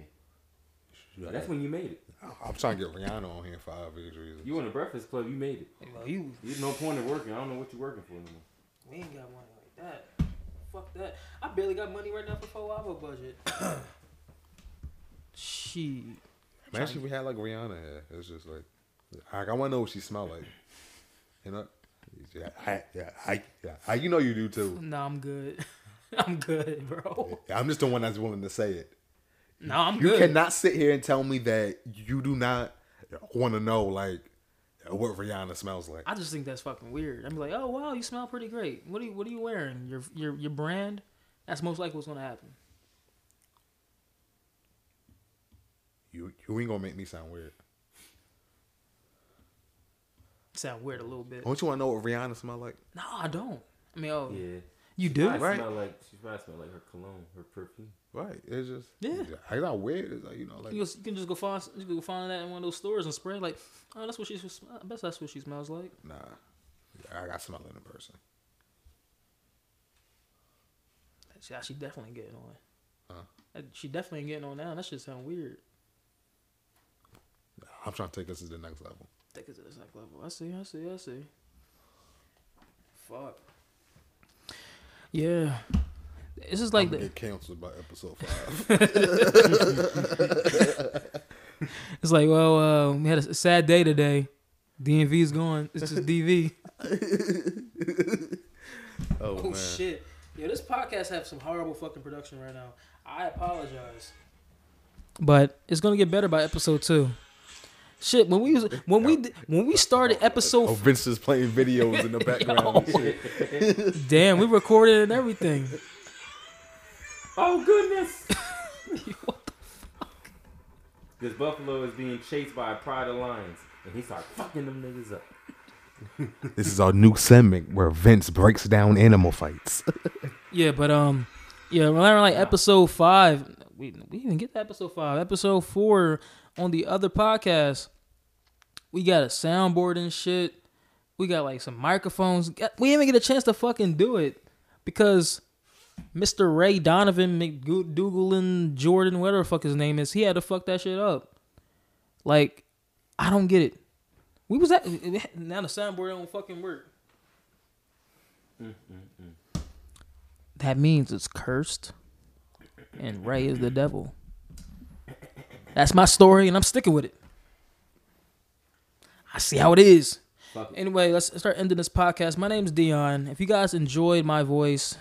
Yeah,
That's when you made it.
I'm trying to get Rihanna on here for obvious reasons.
You in the Breakfast Club, you made it.
Well you
There's no point in working. I don't know what you're working for no more.
we ain't got money like that. Fuck that. I barely got money right now for four hour budget. Shit.
Imagine if we had like Rihanna here. It's just like, like I want to know what she smell like. You know? Yeah, I, yeah, I, yeah, I, you know you do too.
Nah, I'm good. I'm good, bro.
I'm just the one that's willing to say it.
Nah, I'm
You
good.
cannot sit here and tell me that you do not want to know like what Rihanna smells like.
I just think that's fucking weird. I'm like, oh wow, you smell pretty great. What are you What are you wearing? Your your your brand? That's most likely what's gonna happen.
You you ain't gonna make me sound weird.
Sound weird a little bit.
Don't you want to know what Rihanna smell like?
No, I don't. I mean, oh,
Yeah.
you do.
Probably
right?
smell like she probably smell like her cologne, her perfume.
Right? It's just
Yeah.
It's not weird. It's like you know like
You, just- you can just go find you can go find that in one of those stores and spray like, oh, that's what she. sm- I bet that's what she smells like.
nah. I got smell in person.
She, she definitely getting on.
Huh?
That- She definitely ain't getting on now. That shit sound weird.
I'm trying to take us to the next level.
Take it to the next level. oh, I see, I see, I see. Fuck. Yeah. This is like
I'm gonna
the,
get canceled by episode five.
it's like well, uh, we had a sad day today. DMV is gone. It's just DV.
Oh,
Oh
man.
shit! Yo, this podcast have some horrible fucking production right now. I apologize, but it's gonna get better by episode two. Shit, when we was when we di- when we started
Oh,
episode,
Vince is playing videos in the background. and shit.
damn, we recorded and everything.
Oh goodness! This buffalo is being chased by a pride of lions, and he starts fucking them niggas up.
This is our new segment where Vince breaks down animal fights.
Yeah, but um, yeah, around like episode five, we we didn't get to episode five. Episode four on the other podcast, we got a soundboard and shit. We got like some microphones. Got- We didn't even get a chance to fucking do it because Mr. Ray Donovan McDougal and Jordan, whatever the fuck his name is, he had to fuck that shit up. Like, I don't get it. We was at now the soundboard don't fucking work. That means it's cursed, and Ray is the devil. That's my story, and I'm sticking with it. I see how it is.
Fuck it.
Anyway, let's start ending this podcast. My name's Dion. If you guys enjoyed my voice,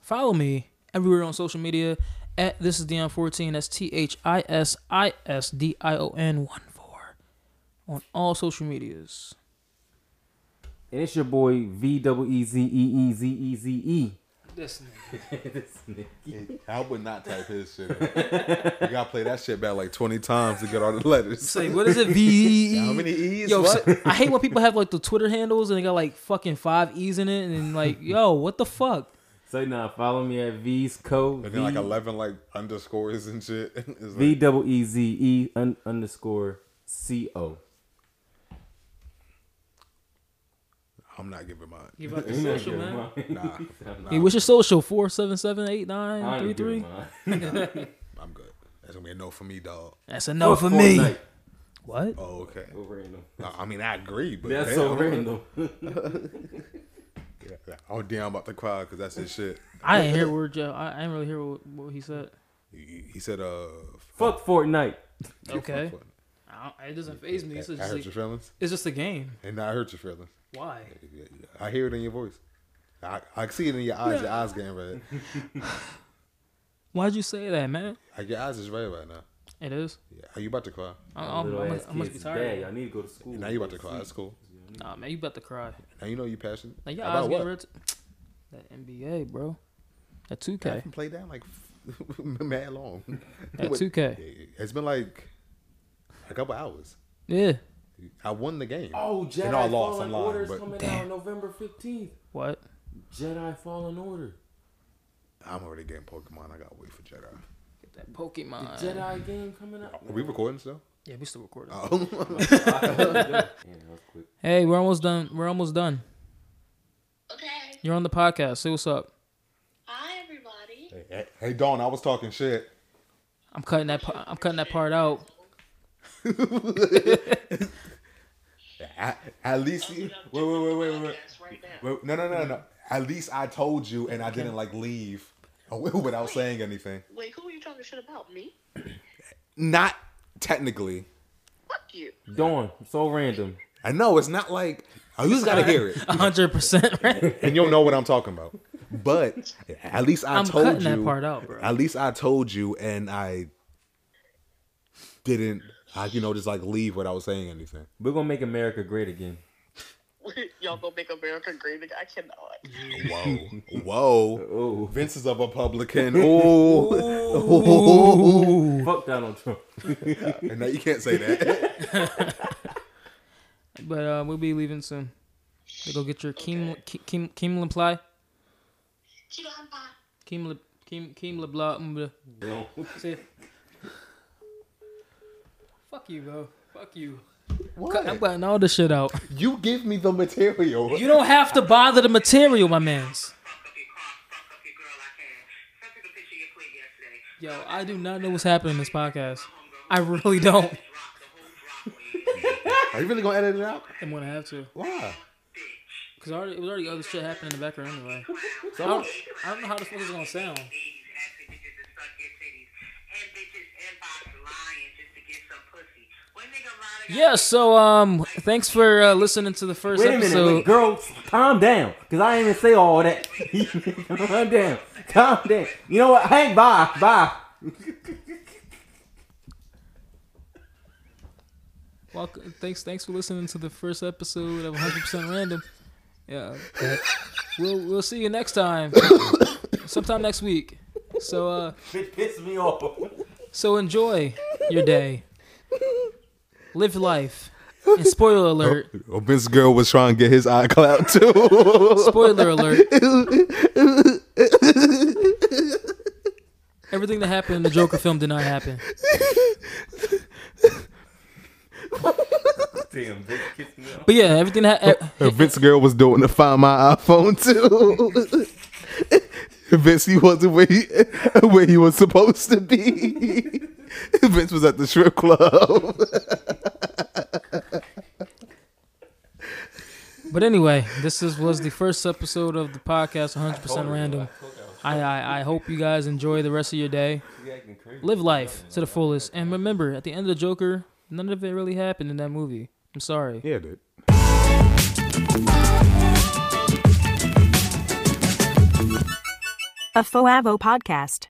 follow me everywhere on social media at this is Dion14. That's T H I S I S D I O N 1 4 on all social medias.
And it's your boy V double E Z E E Z E Z E.
Listen,
This nigga.
I would not type his shit. in. You gotta play that shit back like twenty times to get all the letters.
say, what is it? V. E
How many E's?
Yo,
what?
so- I hate when people have like the Twitter handles and they got like fucking five E's in it, and then like, yo, what the fuck?
So now follow me at V's Co.
And then like eleven like underscores and shit. It's
V
like,
double E Z E un- underscore C O.
I'm not giving mine.
Give out the social, man.
Nah,
Hey, what's your social? Four seven seven eight
I
nine three
ain't
three.
doing mine.
I'm good. That's gonna be a no for me, dog.
That's a no for me.
Fortnite.
What?
Oh, okay.
So random.
Nah, I mean, I agree, but
That's
damn.
so random.
Oh damn, I'm about to cry because that's his shit.
I didn't hear a word, Joe. I, I didn't really hear what, what he said.
He, he said, "Uh,
Fuck Fortnite.
Okay.
fuck.
I don't- it doesn't phase me.
I,
It's just,
I hurt your
like-
feelings,
it's just a game.
and I hurt your feelings.
Why?
Yeah, yeah. I hear it in your voice. I, I see it in your eyes. Your eyes getting red.
Why'd you say that, man?
Like, your eyes is red right now.
It is.
Yeah. Are you about to cry?
I, I, I,
Little ass
must, I must be
kids is
tired.
bad. Y'all need to go to school.
Now you about to cry. That's cool.
Nah, man, you about to cry.
Now you know you passionate.
Like your
About
eyes
what?
getting red. That NBA, bro. That two
I
K.
haven't played that in, like mad long.
That
Wait,
two K.
It's been like a couple hours.
Yeah.
I won the game.
Oh, Jedi
And I lost,
Fallen
I'm lying,
Order is
but-
coming out November 15th.
What?
Jedi Fallen Order.
I'm already getting Pokemon. I gotta wait for Jedi.
Get that Pokemon.
Jedi game coming out.
Are we recording still?
Yeah, we still recording.
Oh.
Yeah, that was quick.
Hey, we're almost done. We're almost done.
Okay.
You're on the podcast. Say what's up.
Hi, everybody.
Hey, hey, hey, Dawn, I was talking shit.
I'm cutting that. pa- I'm cutting that part out.
I, at least, wait, wait, wait, wait, wait, wait.
Podcast right now.
Wait, No, no, no, no.
Mm-hmm.
At least I told you, and I didn't like leave without saying anything.
Wait, who are you talking shit about? Me?
Not technically.
Fuck you.
Dawn, so random.
I know it's not like oh, you just gotta hear it,
hundred percent. Right?
and you'll know what I'm talking about. But at least I
I'm
told
cutting
you.
that part out, bro.
At least I told you, and I didn't. I, you know, just like leave without saying anything.
We're going to make America great again.
Y'all gonna make America great again? I cannot.
Whoa, whoa.
Oh,
Vince is a Republican. Ooh.
fuck Donald Trump.
and now you can't say that.
But uh, we'll be leaving soon. You go get your Kim Kim Kim, Kim Limply. Kim Lip- Kim Kim Leblah. mm,
Don't.
bleh. Say it. Fuck you, bro. Fuck you. Cut- I'm cutting all this shit out.
You give me the material.
You don't have to bother the material, my man's. Yo, I do not know what's happening in this podcast. I really don't.
Are you really gonna edit it out?
I'm gonna have to.
Why?
Cause already, it was already other shit happening in the background anyway. I
So
don't, I don't know how the fuck it's gonna sound.
asking niggas to suck your titties. And bitches inbox lying just to get some pussy. When nigga lie to
Yeah. So um, thanks for uh, listening to the first
wait a minute,
episode.
wait, girl, calm down, cause I ain't even say all that. calm down, calm down. You know what? Hank, bye, bye.
Welcome. Thanks. Thanks for listening to the first episode of 100 percent random. Yeah. We'll we'll see you next time. Sometime next week. So uh,
Bitch, piss me off.
so enjoy your day. Live life. And spoiler alert.
Oh, Vince Girl was trying to get his eye clapped too.
Spoiler alert. Everything that happened in the Joker film did not happen.
Damn, bitch, piss me off.
But yeah, everything that ha-
And Vince Girl was doing to find my iPhone too. Vince, he wasn't where he, where he was supposed to be. Vince was at the strip club.
But anyway, this is, was the first episode of the podcast 100% Random. I, I, I hope you guys enjoy the rest of your day. Live life to the fullest. And remember, at the end of The Joker, none of it really happened in that movie. I'm sorry.
Yeah, dude.
A Foavo podcast.